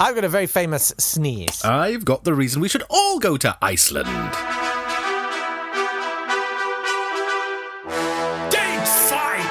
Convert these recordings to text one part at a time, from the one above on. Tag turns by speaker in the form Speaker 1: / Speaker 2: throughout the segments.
Speaker 1: I've got a very famous sneeze.
Speaker 2: I've got the reason we should all go to Iceland. Date fight!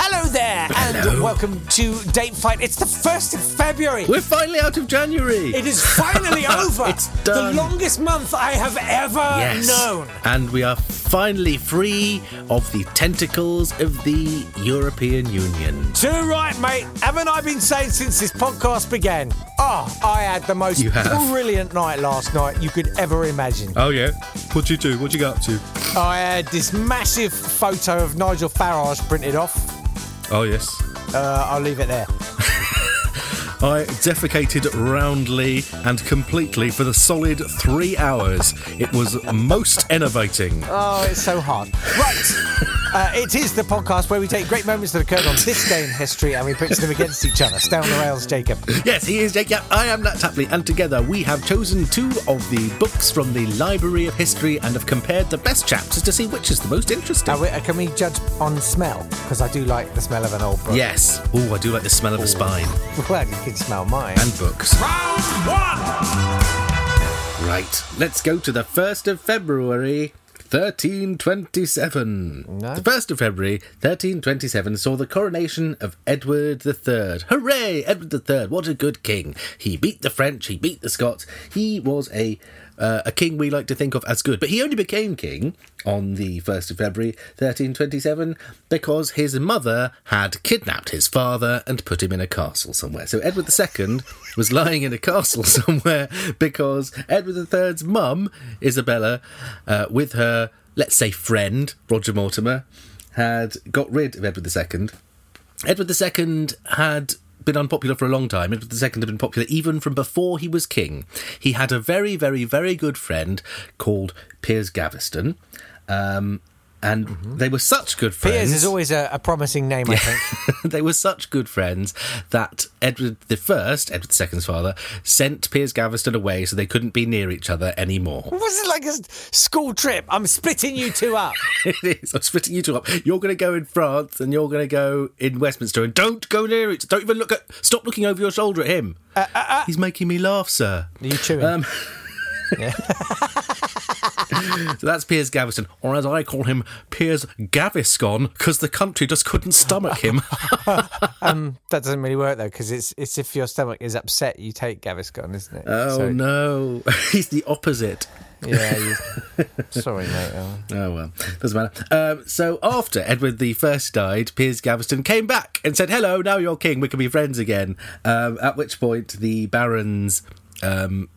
Speaker 1: Hello there, and
Speaker 2: Hello.
Speaker 1: welcome to Date Fight. It's the 1st of February.
Speaker 2: We're finally out of January.
Speaker 1: It is finally over.
Speaker 2: It's done.
Speaker 1: The longest month I have ever
Speaker 2: yes.
Speaker 1: known.
Speaker 2: And we are finally free of the tentacles of the European Union.
Speaker 1: Too right, mate. Haven't I been saying since this podcast began? Oh, I had the most
Speaker 2: You have.
Speaker 1: brilliant night last night you could ever imagine.
Speaker 2: Oh yeah. What you do? What you got up to?
Speaker 1: I had this massive photo of Nigel Farage printed off.
Speaker 2: Oh yes.
Speaker 1: Uh, I'll leave it there.
Speaker 2: I defecated roundly and completely for the solid three hours. It was most enervating.
Speaker 1: Oh, it's so hard. Right. Uh, it is the podcast where we take great moments that occurred on this day in history and we pitch them against each other. Stay on the rails, Jacob.
Speaker 2: Yes, he is Jake Yap. I am Nat Tapley, and together we have chosen two of the books from the Library of History and have compared the best chapters to see which is the most interesting.
Speaker 1: Now, we- uh, can we judge on smell? Because I do like the smell of an old book.
Speaker 2: yes. Oh, I do like the smell of a spine
Speaker 1: Well, you can smell mine.
Speaker 2: and books.
Speaker 1: Round one!
Speaker 2: Right, let's go to the 1st of February. 1327.
Speaker 1: No.
Speaker 2: The 1st of February, 1327, saw the coronation of Edward III. Hooray! Edward III, what a good king. He beat the French, he beat the Scots. He was a, uh, a king we like to think of as good. But he only became king on the 1st of February, 1327, because his mother had kidnapped his father and put him in a castle somewhere. So Edward II was lying in a castle somewhere because Edward III's mum, Isabella, uh, with her, let's say, friend, Roger Mortimer, had got rid of Edward II. Edward II had been unpopular for a long time. Edward II had been popular even from before he was king. He had a very, very, very good friend called Piers Gaveston. Um, and they were such good friends
Speaker 1: Mm-hmm. Piers is always a, a promising name, I think.
Speaker 2: they were such good friends that Edward the First, Edward II's father, sent Piers Gaveston away so they couldn't be near each other anymore.
Speaker 1: Was it like a s- school trip? I'm splitting you two up.
Speaker 2: it is. I'm splitting you two up. You're going to go in France and you're going to go in Westminster, and don't go near it. Don't even look at. Stop looking over your shoulder at him. He's making me laugh, sir.
Speaker 1: Are you chewing?
Speaker 2: Um, So that's Piers Gaveston, or as I call him, Piers Gaviscon, because the country just couldn't stomach him.
Speaker 1: that doesn't really work though, because it's it's if your stomach is upset, you take Gaviscon, isn't it?
Speaker 2: oh
Speaker 1: So-
Speaker 2: no, he's the opposite.
Speaker 1: Yeah. You, sorry, mate. Oh.
Speaker 2: Oh well, doesn't matter. Um, so after Edward the First died, Piers Gaveston came back and said, "Hello, now you're king. We can be friends again." Um, at which point the barons um,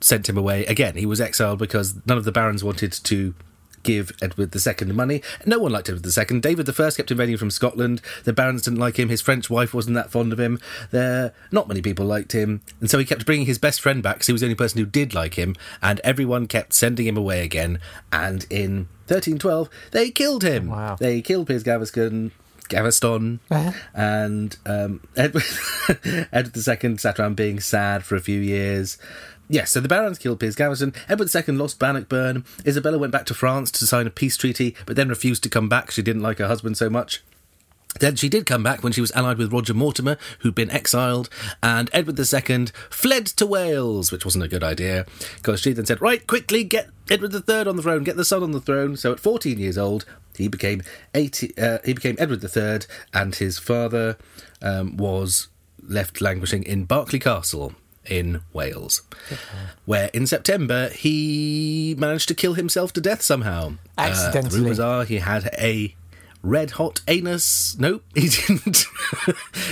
Speaker 2: sent him away again. He was exiled because none of the barons wanted to give Edward II money. No one liked Edward II. David I kept invading from Scotland. The barons didn't like him. His French wife wasn't that fond of him. There, not many people liked him, and so he kept bringing his best friend back. 'cause he was the only person who did like him, and everyone kept sending him away again. And in 1312, they killed him.
Speaker 1: Wow.
Speaker 2: They killed Piers Gaveston. Gaveston
Speaker 1: Uh-huh.
Speaker 2: and um, Edward, Edward II sat around being sad for a few years. Yes, so the barons killed Piers Gaveston. Edward II lost Bannockburn. Isabella went back to France to sign a peace treaty, but then refused to come back. She didn't like her husband so much. Then she did come back when she was allied with Roger Mortimer, who'd been exiled, and Edward II fled to Wales, which wasn't a good idea, because she then said, Right, quickly get Edward III on the throne, get the son on the throne. So at 14 years old, he became 80, uh, he became Edward III, and his father um, was left languishing in Berkeley Castle in Wales, where in September he managed to kill himself to death somehow. Uh, the
Speaker 1: Accidentally.
Speaker 2: rumours are he had a red hot anus. Nope, he didn't.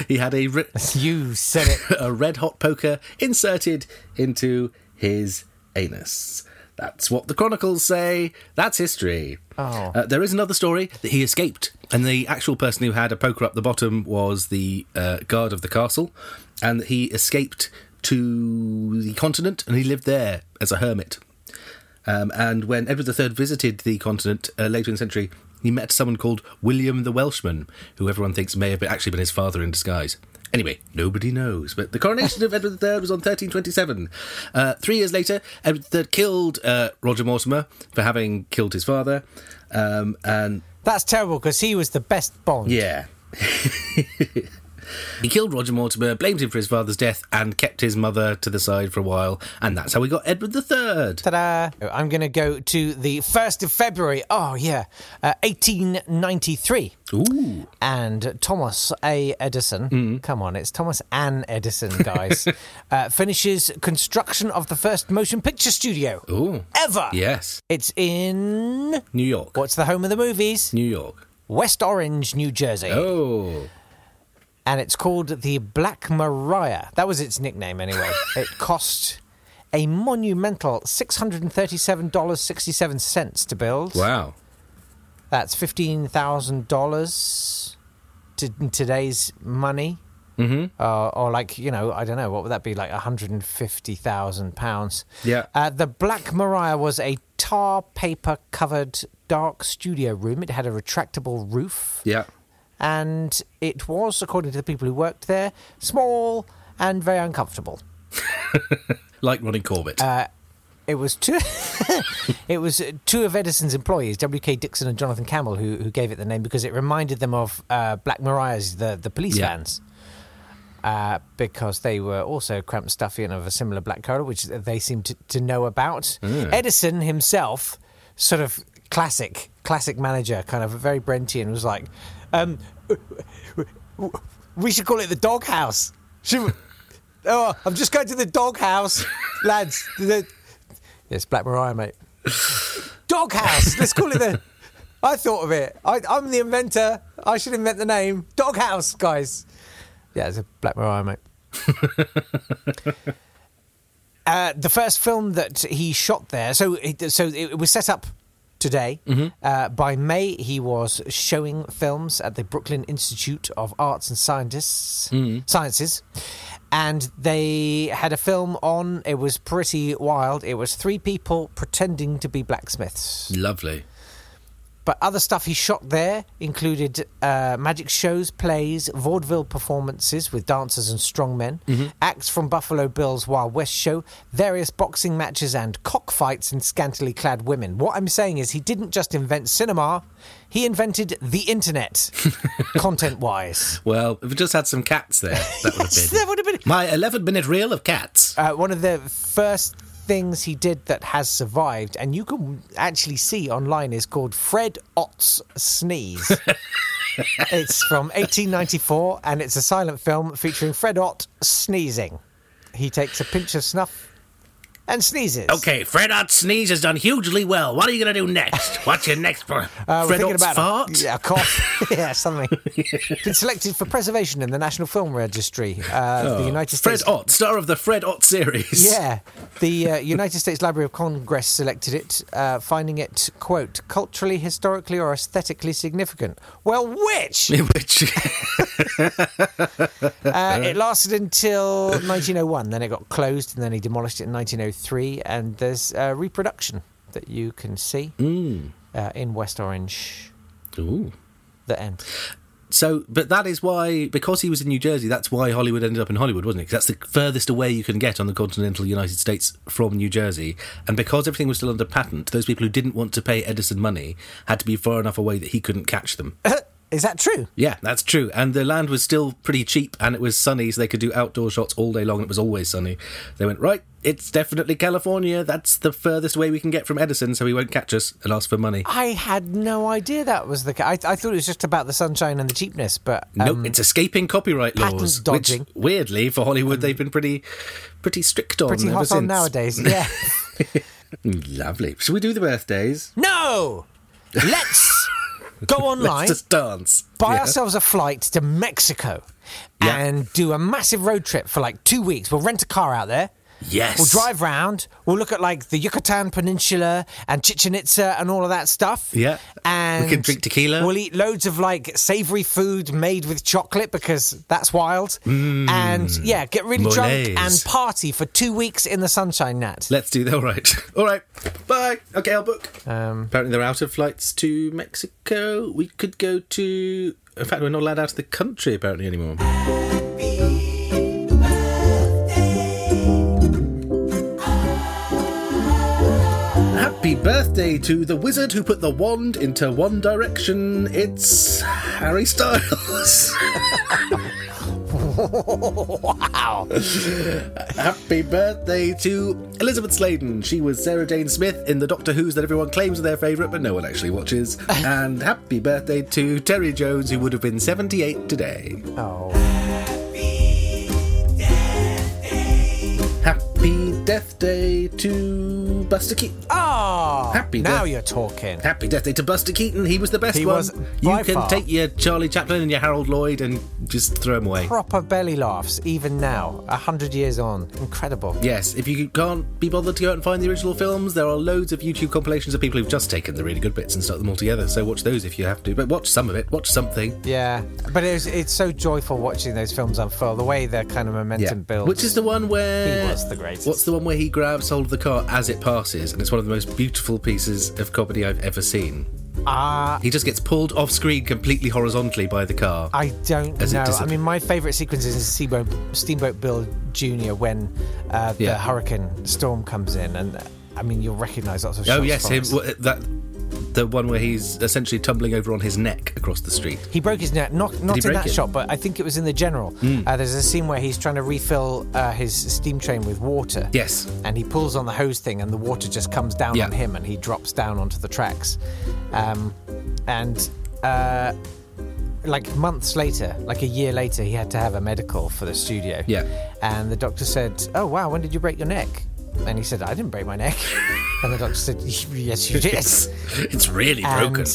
Speaker 2: he had a, re-
Speaker 1: You said it.
Speaker 2: a red hot poker inserted into his anus. That's what the chronicles say. That's history.
Speaker 1: Oh.
Speaker 2: Uh, there is another story that he escaped, and the actual person who had a poker up the bottom was the uh, guard of the castle, and that he escaped to the continent and he lived there as a hermit. Um, and when Edward III visited the continent uh, later in the century, he met someone called William the Welshman, who everyone thinks may have been, actually been his father in disguise. Anyway, nobody knows. But the coronation of Edward III was on 1327. Uh, three years later, Edward III killed uh, Roger Mortimer for having killed his father. Um, and
Speaker 1: That's terrible because he was the best Bond.
Speaker 2: yeah. He killed Roger Mortimer, blamed him for his father's death, and kept his mother to the side for a while. And that's how we got Edward III.
Speaker 1: Ta-da! I'm going to go to the 1st of February. Oh, yeah. Uh, 1893.
Speaker 2: Ooh.
Speaker 1: and Thomas A. Edison.
Speaker 2: Mm-hmm.
Speaker 1: Come on, it's Thomas Ann Edison, guys. uh, finishes construction of the first motion picture studio
Speaker 2: Ooh.
Speaker 1: ever.
Speaker 2: Yes.
Speaker 1: It's in
Speaker 2: New York.
Speaker 1: what's the home of the movies?
Speaker 2: New York.
Speaker 1: West Orange, New Jersey,
Speaker 2: Oh.
Speaker 1: and it's called the Black Maria. That was its nickname, anyway. it cost. A monumental $637.67 to build.
Speaker 2: Wow.
Speaker 1: That's fifteen thousand dollars to in today's money, mm-hmm. uh, or like you know, I don't know, what would that be like? One hundred and fifty thousand pounds.
Speaker 2: Yeah.
Speaker 1: Uh, the Black Maria was a tar paper covered dark studio room. It had a retractable roof,
Speaker 2: Yeah.
Speaker 1: and it was, according to the people who worked there, small and very uncomfortable.
Speaker 2: Like Ronnie Corbett.
Speaker 1: Uh, It was two. it was two of Edison's employees, W.K. Dixon and Jonathan Campbell, who, who gave it the name because it reminded them of uh, Black Mariah's the the police
Speaker 2: Yeah.
Speaker 1: vans, uh, because they were also cramped, stuffy, and of a similar black colour, which they seemed to, to know about. Edison himself, sort of classic classic manager, kind of very Brentian, was like, um, "We should call it the doghouse." Should we? Oh, I'm just going to the doghouse, lads. The- It's Black Mariah, mate. Doghouse. Let's call it the. I thought of it. I, I'm the inventor. I should invent the name. Doghouse, guys. Yeah, it's a Black Mariah, mate. uh, the first film that he shot there, so it, so it was set up today. Uh, by May, he was showing films at the Brooklyn Institute of Arts and Scientists, Sciences, and they had a film on. It was pretty wild. It was three people pretending to be blacksmiths.
Speaker 2: Lovely.
Speaker 1: But other stuff he shot there included uh, magic shows, plays, vaudeville performances with dancers and strongmen, acts from Buffalo Bill's Wild West show, various boxing matches, and cockfights in scantily clad women. What I'm saying is, he didn't just invent cinema, he invented the internet, content wise.
Speaker 2: Well, if we just had some cats there, that would have been.
Speaker 1: That would have been
Speaker 2: My 11 minute reel of cats.
Speaker 1: uh, one of the first things he did that has survived, and you can actually see online, is called Fred Ott's Sneeze. it's from 1894, and it's a silent film featuring Fred Ott sneezing. He takes a pinch of snuff and sneezes.
Speaker 2: Okay, Fred Ott Sneeze has done hugely well. What are you going to do next? What's your next one?
Speaker 1: Uh, we're
Speaker 2: Fred
Speaker 1: thinking
Speaker 2: Ott's
Speaker 1: about
Speaker 2: fart?
Speaker 1: Yeah, cough. yeah, something. Been selected for preservation in the National Film Registry uh, of the United
Speaker 2: Oh. Fred
Speaker 1: States.
Speaker 2: Ott, star of the Fred Ott series.
Speaker 1: Yeah, the uh, United States Library of Congress selected it, uh, finding it quote culturally, historically, or aesthetically significant. Well, which
Speaker 2: Which,
Speaker 1: uh, it lasted until 1901. Then it got closed, and then he demolished it in 1903. And there's a reproduction that you can see uh, in West Orange.
Speaker 2: Ooh.
Speaker 1: The end.
Speaker 2: So, but that is why, because he was in New Jersey, that's why Hollywood ended up in Hollywood, wasn't it? 'Cause that's the furthest away you can get on the continental United States from New Jersey. And because everything was still under patent, those people who didn't want to pay Edison money had to be far enough away that he couldn't catch them.
Speaker 1: Is that true?
Speaker 2: yeah, that's true. And the land was still pretty cheap and it was sunny, so they could do outdoor shots all day long. and It was always sunny. They went, right, it's definitely California. That's the furthest away we can get from Edison, so he won't catch us and ask for money.
Speaker 1: I had no idea that was the. Ca- I, I thought it was just about the sunshine and the cheapness, but um,
Speaker 2: Nope, it's escaping copyright
Speaker 1: patent
Speaker 2: laws.
Speaker 1: dodging. Um,
Speaker 2: Which, weirdly, for Hollywood, they've been pretty, pretty strict on.
Speaker 1: pretty
Speaker 2: ever
Speaker 1: hot on
Speaker 2: since. Mm,
Speaker 1: nowadays. Yeah.
Speaker 2: Lovely. Should we do the birthdays?
Speaker 1: No! Let's go online,
Speaker 2: Just dance.
Speaker 1: buy
Speaker 2: Yeah.
Speaker 1: ourselves a flight to Mexico,
Speaker 2: Yeah.
Speaker 1: and do a massive road trip for like two weeks. We'll rent a car out there.
Speaker 2: Yes.
Speaker 1: We'll drive round. We'll look at like the Yucatan Peninsula and Chichen Itza and all of that stuff.
Speaker 2: Yeah.
Speaker 1: And
Speaker 2: We can drink tequila.
Speaker 1: We'll eat loads of like savory food made with chocolate because that's wild.
Speaker 2: Mm.
Speaker 1: And yeah, get really drunk
Speaker 2: Molaise.
Speaker 1: and party for two weeks in the sunshine, Nat.
Speaker 2: Let's do that. All right. All right. Bye. Okay, I'll book.
Speaker 1: Um,
Speaker 2: Apparently, they're out of flights to Mexico. We could go to. In fact, we're not allowed out of the country apparently anymore. Happy birthday to the wizard who put the wand into one direction. It's Harry Styles.
Speaker 1: wow.
Speaker 2: Happy birthday to Elizabeth Sladen. She was Sarah Jane Smith in the Doctor Who's that everyone claims are their favourite, but no one actually watches. and happy birthday to Terry Jones, who would have been 78 today.
Speaker 1: Oh.
Speaker 2: Happy Death Day to Buster Keaton.
Speaker 1: Oh.
Speaker 2: Happy
Speaker 1: Now
Speaker 2: death-
Speaker 1: you're talking.
Speaker 2: Happy Death Day to Buster Keaton. He was the best
Speaker 1: He
Speaker 2: one.
Speaker 1: was by
Speaker 2: you can
Speaker 1: far.
Speaker 2: take your Charlie Chaplin and your Harold Lloyd and just throw them away.
Speaker 1: Proper belly laughs, even now, a hundred years on. Incredible.
Speaker 2: Yes, if you can't be bothered to go out and find the original films, there are loads of YouTube compilations of people who've just taken the really good bits and stuck them all together. So watch those if you have to, but watch some of it. Watch something.
Speaker 1: Yeah, but it was, it's so joyful watching those films unfurl. The way the kind of momentum builds.
Speaker 2: Which is the one where
Speaker 1: He was the greatest.
Speaker 2: What's the one where he grabs hold of the car as it passes, and it's one of the most beautiful pieces of comedy I've ever seen.
Speaker 1: Ah,
Speaker 2: He just gets pulled off screen completely horizontally by the car.
Speaker 1: I don't
Speaker 2: As it
Speaker 1: know. I
Speaker 2: disappears.
Speaker 1: mean, my favourite sequence is in Steamboat, Steamboat Bill Jr. when uh, the
Speaker 2: Yeah.
Speaker 1: hurricane storm comes in, and uh, I mean, you'll recognise lots of.
Speaker 2: oh
Speaker 1: shots
Speaker 2: yes,
Speaker 1: from
Speaker 2: him,
Speaker 1: it.
Speaker 2: wh- that the one where he's essentially tumbling over on his neck across the street.
Speaker 1: He broke his neck, not not in
Speaker 2: break
Speaker 1: that
Speaker 2: it? Hmm.
Speaker 1: shot, but I think it was in the general. Uh, there's a scene where he's trying to refill uh, his steam train with water.
Speaker 2: Yes.
Speaker 1: And he pulls on the hose thing, and the water just comes down
Speaker 2: Yeah.
Speaker 1: on him, and he drops down onto the tracks. Um, and uh, like months later, like a year later, he had to have a medical for the studio.
Speaker 2: Yeah.
Speaker 1: And the doctor said, "Oh wow, when did you break your neck?" And he said, "I didn't break my neck." and the doctor said, "Yes, you did."
Speaker 2: It's, it's really
Speaker 1: And
Speaker 2: broken.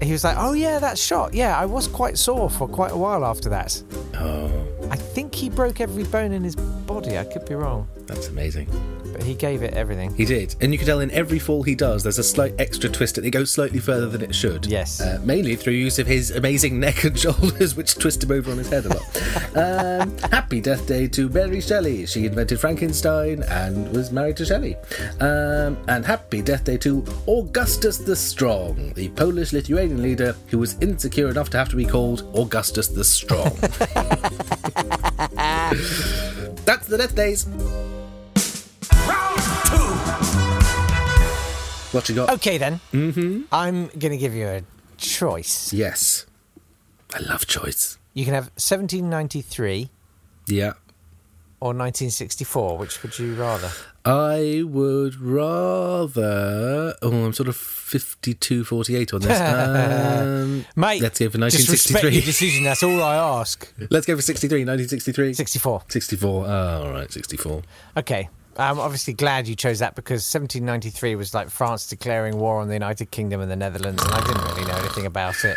Speaker 1: He was like, "Oh yeah, that shot. Yeah, I was quite sore for quite a while after that.
Speaker 2: Oh,
Speaker 1: I think he broke every bone in his body. I could be wrong,
Speaker 2: that's amazing.
Speaker 1: but he gave it everything.
Speaker 2: He did, and you can tell in every fall he does, there's a slight extra twist, and it goes slightly further than it should.
Speaker 1: Yes.
Speaker 2: uh, mainly through use of his amazing neck and shoulders, which twist him over on his head a lot. um, happy Death Day to Mary Shelley. She invented Frankenstein and was married to Shelley. Um, and happy Death Day to Augustus the Strong, the Polish-Lithuanian leader who was insecure enough to have to be called Augustus the Strong. That's the Death Days. What you got?
Speaker 1: Okay then. Mm-hmm. I'm gonna give you a choice.
Speaker 2: Yes. I love choice.
Speaker 1: You can have 1793
Speaker 2: Yeah.
Speaker 1: or 1964. Which would you rather?
Speaker 2: I would rather. Oh, I'm sort of 52 48 on this. Um,
Speaker 1: Mate,
Speaker 2: let's go for
Speaker 1: just respect
Speaker 2: 1963.
Speaker 1: your decision. That's all I ask.
Speaker 2: let's go for 63, 1963.
Speaker 1: 64.
Speaker 2: 64. Oh, all right, 64.
Speaker 1: Okay. I'm obviously glad you chose that because 1793 was like France declaring war on the United Kingdom and the Netherlands, and I didn't really know anything about it.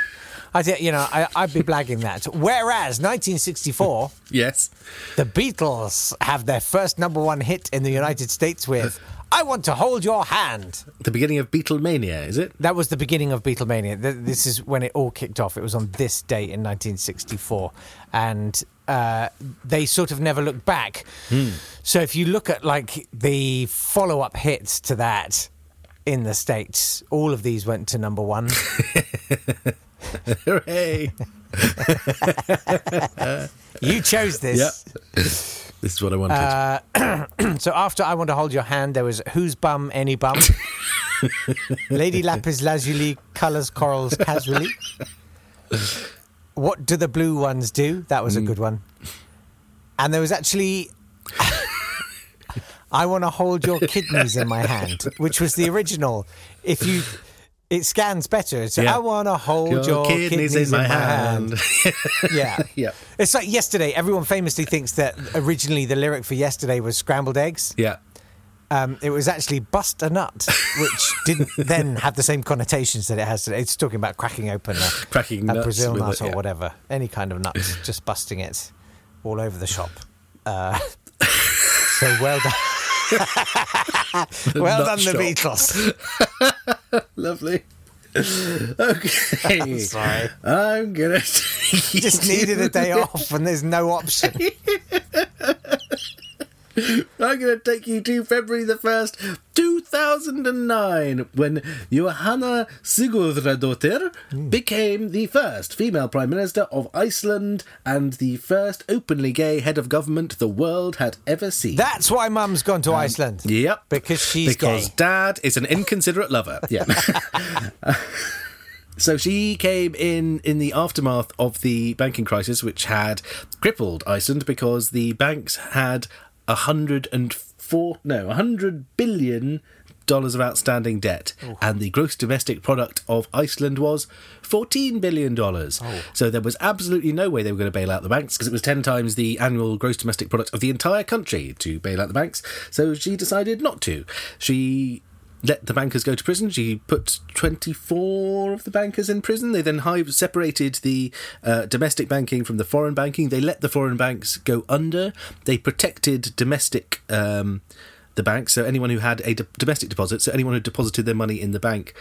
Speaker 1: I did, you know, I, I'd be blagging that. Whereas 1964,
Speaker 2: Yes.
Speaker 1: the Beatles have their first number one hit in the United States with "I Want to Hold Your Hand."
Speaker 2: The beginning of Beatlemania, is it?
Speaker 1: That was the beginning of Beatlemania. Th- This is when it all kicked off. It was on this date in 1964, and uh, they sort of never looked back. So if you look at like the follow-up hits to that in the states, all of these went to number one.
Speaker 2: Hooray.
Speaker 1: you chose this.
Speaker 2: yep. This is what I wanted.
Speaker 1: Uh, So after I Want to Hold Your Hand, there was Who's Bum Any Bum, Lady Lapis Lazuli, Colours Corals Casually. What Do the Blue Ones Do? That was a good one. And there was actually I Want to Hold Your Kidneys in My Hand, which was the original. If you. It scans better. So
Speaker 2: Yeah.
Speaker 1: I want to hold your, kidneys, in my, hand. Yeah.
Speaker 2: Yeah.
Speaker 1: It's like yesterday. Everyone famously thinks that originally the lyric for yesterday was scrambled eggs.
Speaker 2: yeah.
Speaker 1: Um, it was actually bust a nut, which didn't then have the same connotations that it has today. It's talking about cracking open a,
Speaker 2: Cracking
Speaker 1: a
Speaker 2: nuts
Speaker 1: Brazil
Speaker 2: with
Speaker 1: nut
Speaker 2: it,
Speaker 1: or
Speaker 2: yeah.
Speaker 1: whatever, any kind of nut, just busting it all over the shop. Uh, so well done. well
Speaker 2: Nut
Speaker 1: done,
Speaker 2: shop.
Speaker 1: the Beatles.
Speaker 2: Lovely. Okay. I'm
Speaker 1: sorry.
Speaker 2: I'm gonna
Speaker 1: Just needed a day off, and there's no option.
Speaker 2: I'm going to take you to February the 1st, 2009, when Johanna Sigurðardóttir became the first female Prime Minister of Iceland and the first openly gay head of government the world had ever seen.
Speaker 1: That's why Mum's gone
Speaker 2: Um,
Speaker 1: to Iceland.
Speaker 2: Yep.
Speaker 1: because she's
Speaker 2: Because
Speaker 1: gay.
Speaker 2: dad is an inconsiderate lover. Yeah. So she came in in the aftermath of the banking crisis, which had crippled Iceland because the banks had a hundred and four no a hundred billion dollars of outstanding debt, and the gross domestic product of Iceland was fourteen billion dollars. So there was absolutely no way they were going to bail out the banks because it was ten times the annual gross domestic product of the entire country to bail out the banks. So she decided not to. She let the bankers go to prison. She put 24 of the bankers in prison. They then hive- separated the uh, domestic banking from the foreign banking. They let the foreign banks go under. They protected domestic. Um, the bank, so anyone who had a d- domestic deposit, so anyone who deposited their money in the bank,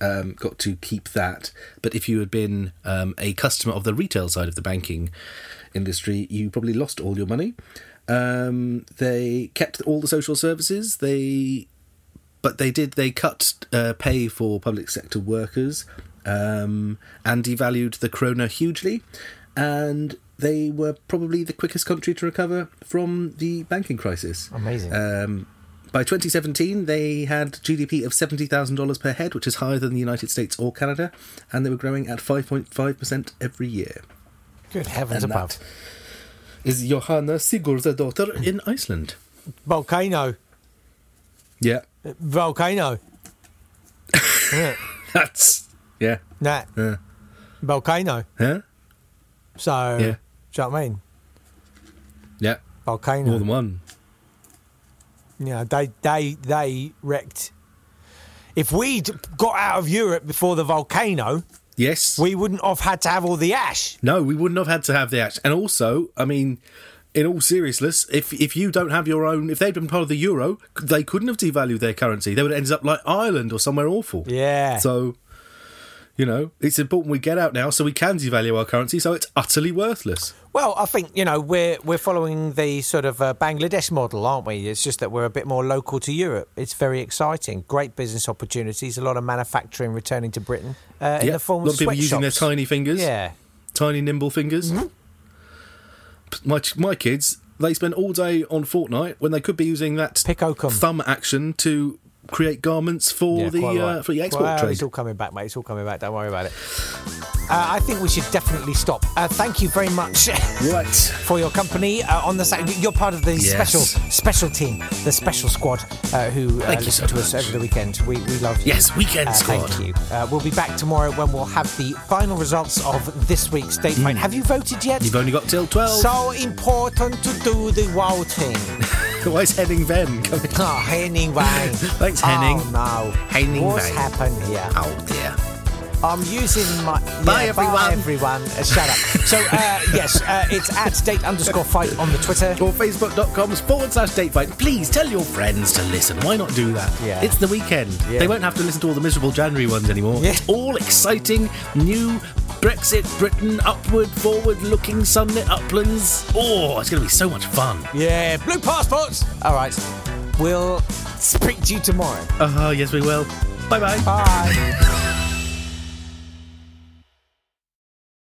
Speaker 2: um, got to keep that. But if you had been um, a customer of the retail side of the banking industry, you probably lost all your money. Um, they kept all the social services. They but they did they cut uh, pay for public sector workers um, and devalued the krona hugely and they were probably the quickest country to recover from the banking crisis
Speaker 1: Amazing.
Speaker 2: um, by 2017 they had gdp of $70000 per head which is higher than the united states or canada and they were growing at 5.5% every year
Speaker 1: Good heavens
Speaker 2: and
Speaker 1: above.
Speaker 2: that is johanna sigurðardóttir in iceland
Speaker 1: Volcano.
Speaker 2: yeah
Speaker 1: Volcano. yeah.
Speaker 2: that's yeah
Speaker 1: Nah.
Speaker 2: yeah
Speaker 1: Volcano.
Speaker 2: yeah
Speaker 1: So,
Speaker 2: Yeah.
Speaker 1: do you know what I mean?
Speaker 2: yeah
Speaker 1: Volcano.
Speaker 2: more than one
Speaker 1: you know, they they they wrecked. If we'd got out of Europe before the volcano,
Speaker 2: Yes.
Speaker 1: we wouldn't have had to have all the ash.
Speaker 2: no, we wouldn't have had to have the act. And also, I mean, in all seriousness, if if you don't have your own, if they'd been part of the euro, they couldn't have devalued their currency. They would have ended up like Ireland or somewhere awful.
Speaker 1: Yeah.
Speaker 2: So, you know, it's important we get out now so we can devalue our currency so it's utterly worthless.
Speaker 1: Well, I think you know we're we're following the sort of uh, Bangladesh model, aren't we? It's just that we're a bit more local to Europe. It's very exciting, great business opportunities, a lot of manufacturing returning to Britain uh, in
Speaker 2: Yeah.
Speaker 1: the form
Speaker 2: a lot
Speaker 1: of
Speaker 2: of people using their
Speaker 1: sweatshops.
Speaker 2: tiny fingers,
Speaker 1: Yeah, Mm-hmm.
Speaker 2: tiny nimble fingers. P- My ch- my kids, they spend all day on Fortnite when they could be using that
Speaker 1: pick oakum.
Speaker 2: thumb action to create garments for
Speaker 1: Yeah,
Speaker 2: the
Speaker 1: quite
Speaker 2: uh,
Speaker 1: right.
Speaker 2: for the export
Speaker 1: Well,
Speaker 2: trade.
Speaker 1: It's all coming back, mate. It's all coming back. Don't worry about it. Uh, I think we should definitely stop. Uh, thank you very much
Speaker 2: Right.
Speaker 1: for your company uh, on the Saturday. You're part of the
Speaker 2: Yes.
Speaker 1: special special team, the special squad uh, who uh,
Speaker 2: Thank you
Speaker 1: listen
Speaker 2: so
Speaker 1: to us
Speaker 2: much.
Speaker 1: over the weekend. We, we love you.
Speaker 2: Yes, weekend
Speaker 1: Uh,
Speaker 2: squad.
Speaker 1: Thank you. Uh, we'll be back tomorrow when we'll have the final results of this week's date fight.
Speaker 2: Mm.
Speaker 1: Have you voted yet?
Speaker 2: You've only got till 12.
Speaker 1: so important to do the wow thing.
Speaker 2: Why is Henning Venn coming?
Speaker 1: Oh, Henning Wang.
Speaker 2: Thanks, Henning.
Speaker 1: Oh, no.
Speaker 2: Henning
Speaker 1: What's
Speaker 2: Wang.
Speaker 1: happened here?
Speaker 2: Oh dear.
Speaker 1: I'm using my.
Speaker 2: Bye,
Speaker 1: yeah, Bye
Speaker 2: everyone.
Speaker 1: everyone. Uh, shut up. So uh, yes, uh, it's at date underscore fight on the Twitter.
Speaker 2: Or facebook.com forward slash datefight. Please tell your friends to listen. Why not do that?
Speaker 1: Yeah.
Speaker 2: It's the weekend.
Speaker 1: Yeah.
Speaker 2: They won't have to listen to all the miserable January ones anymore.
Speaker 1: Yeah.
Speaker 2: It's all exciting, new Brexit Britain, upward, forward looking, sunlit uplands. Oh, it's going to be so much fun.
Speaker 1: Yeah, blue passports. All right, we'll speak to you tomorrow.
Speaker 2: Oh, yes, we will. Bye bye.
Speaker 1: Bye.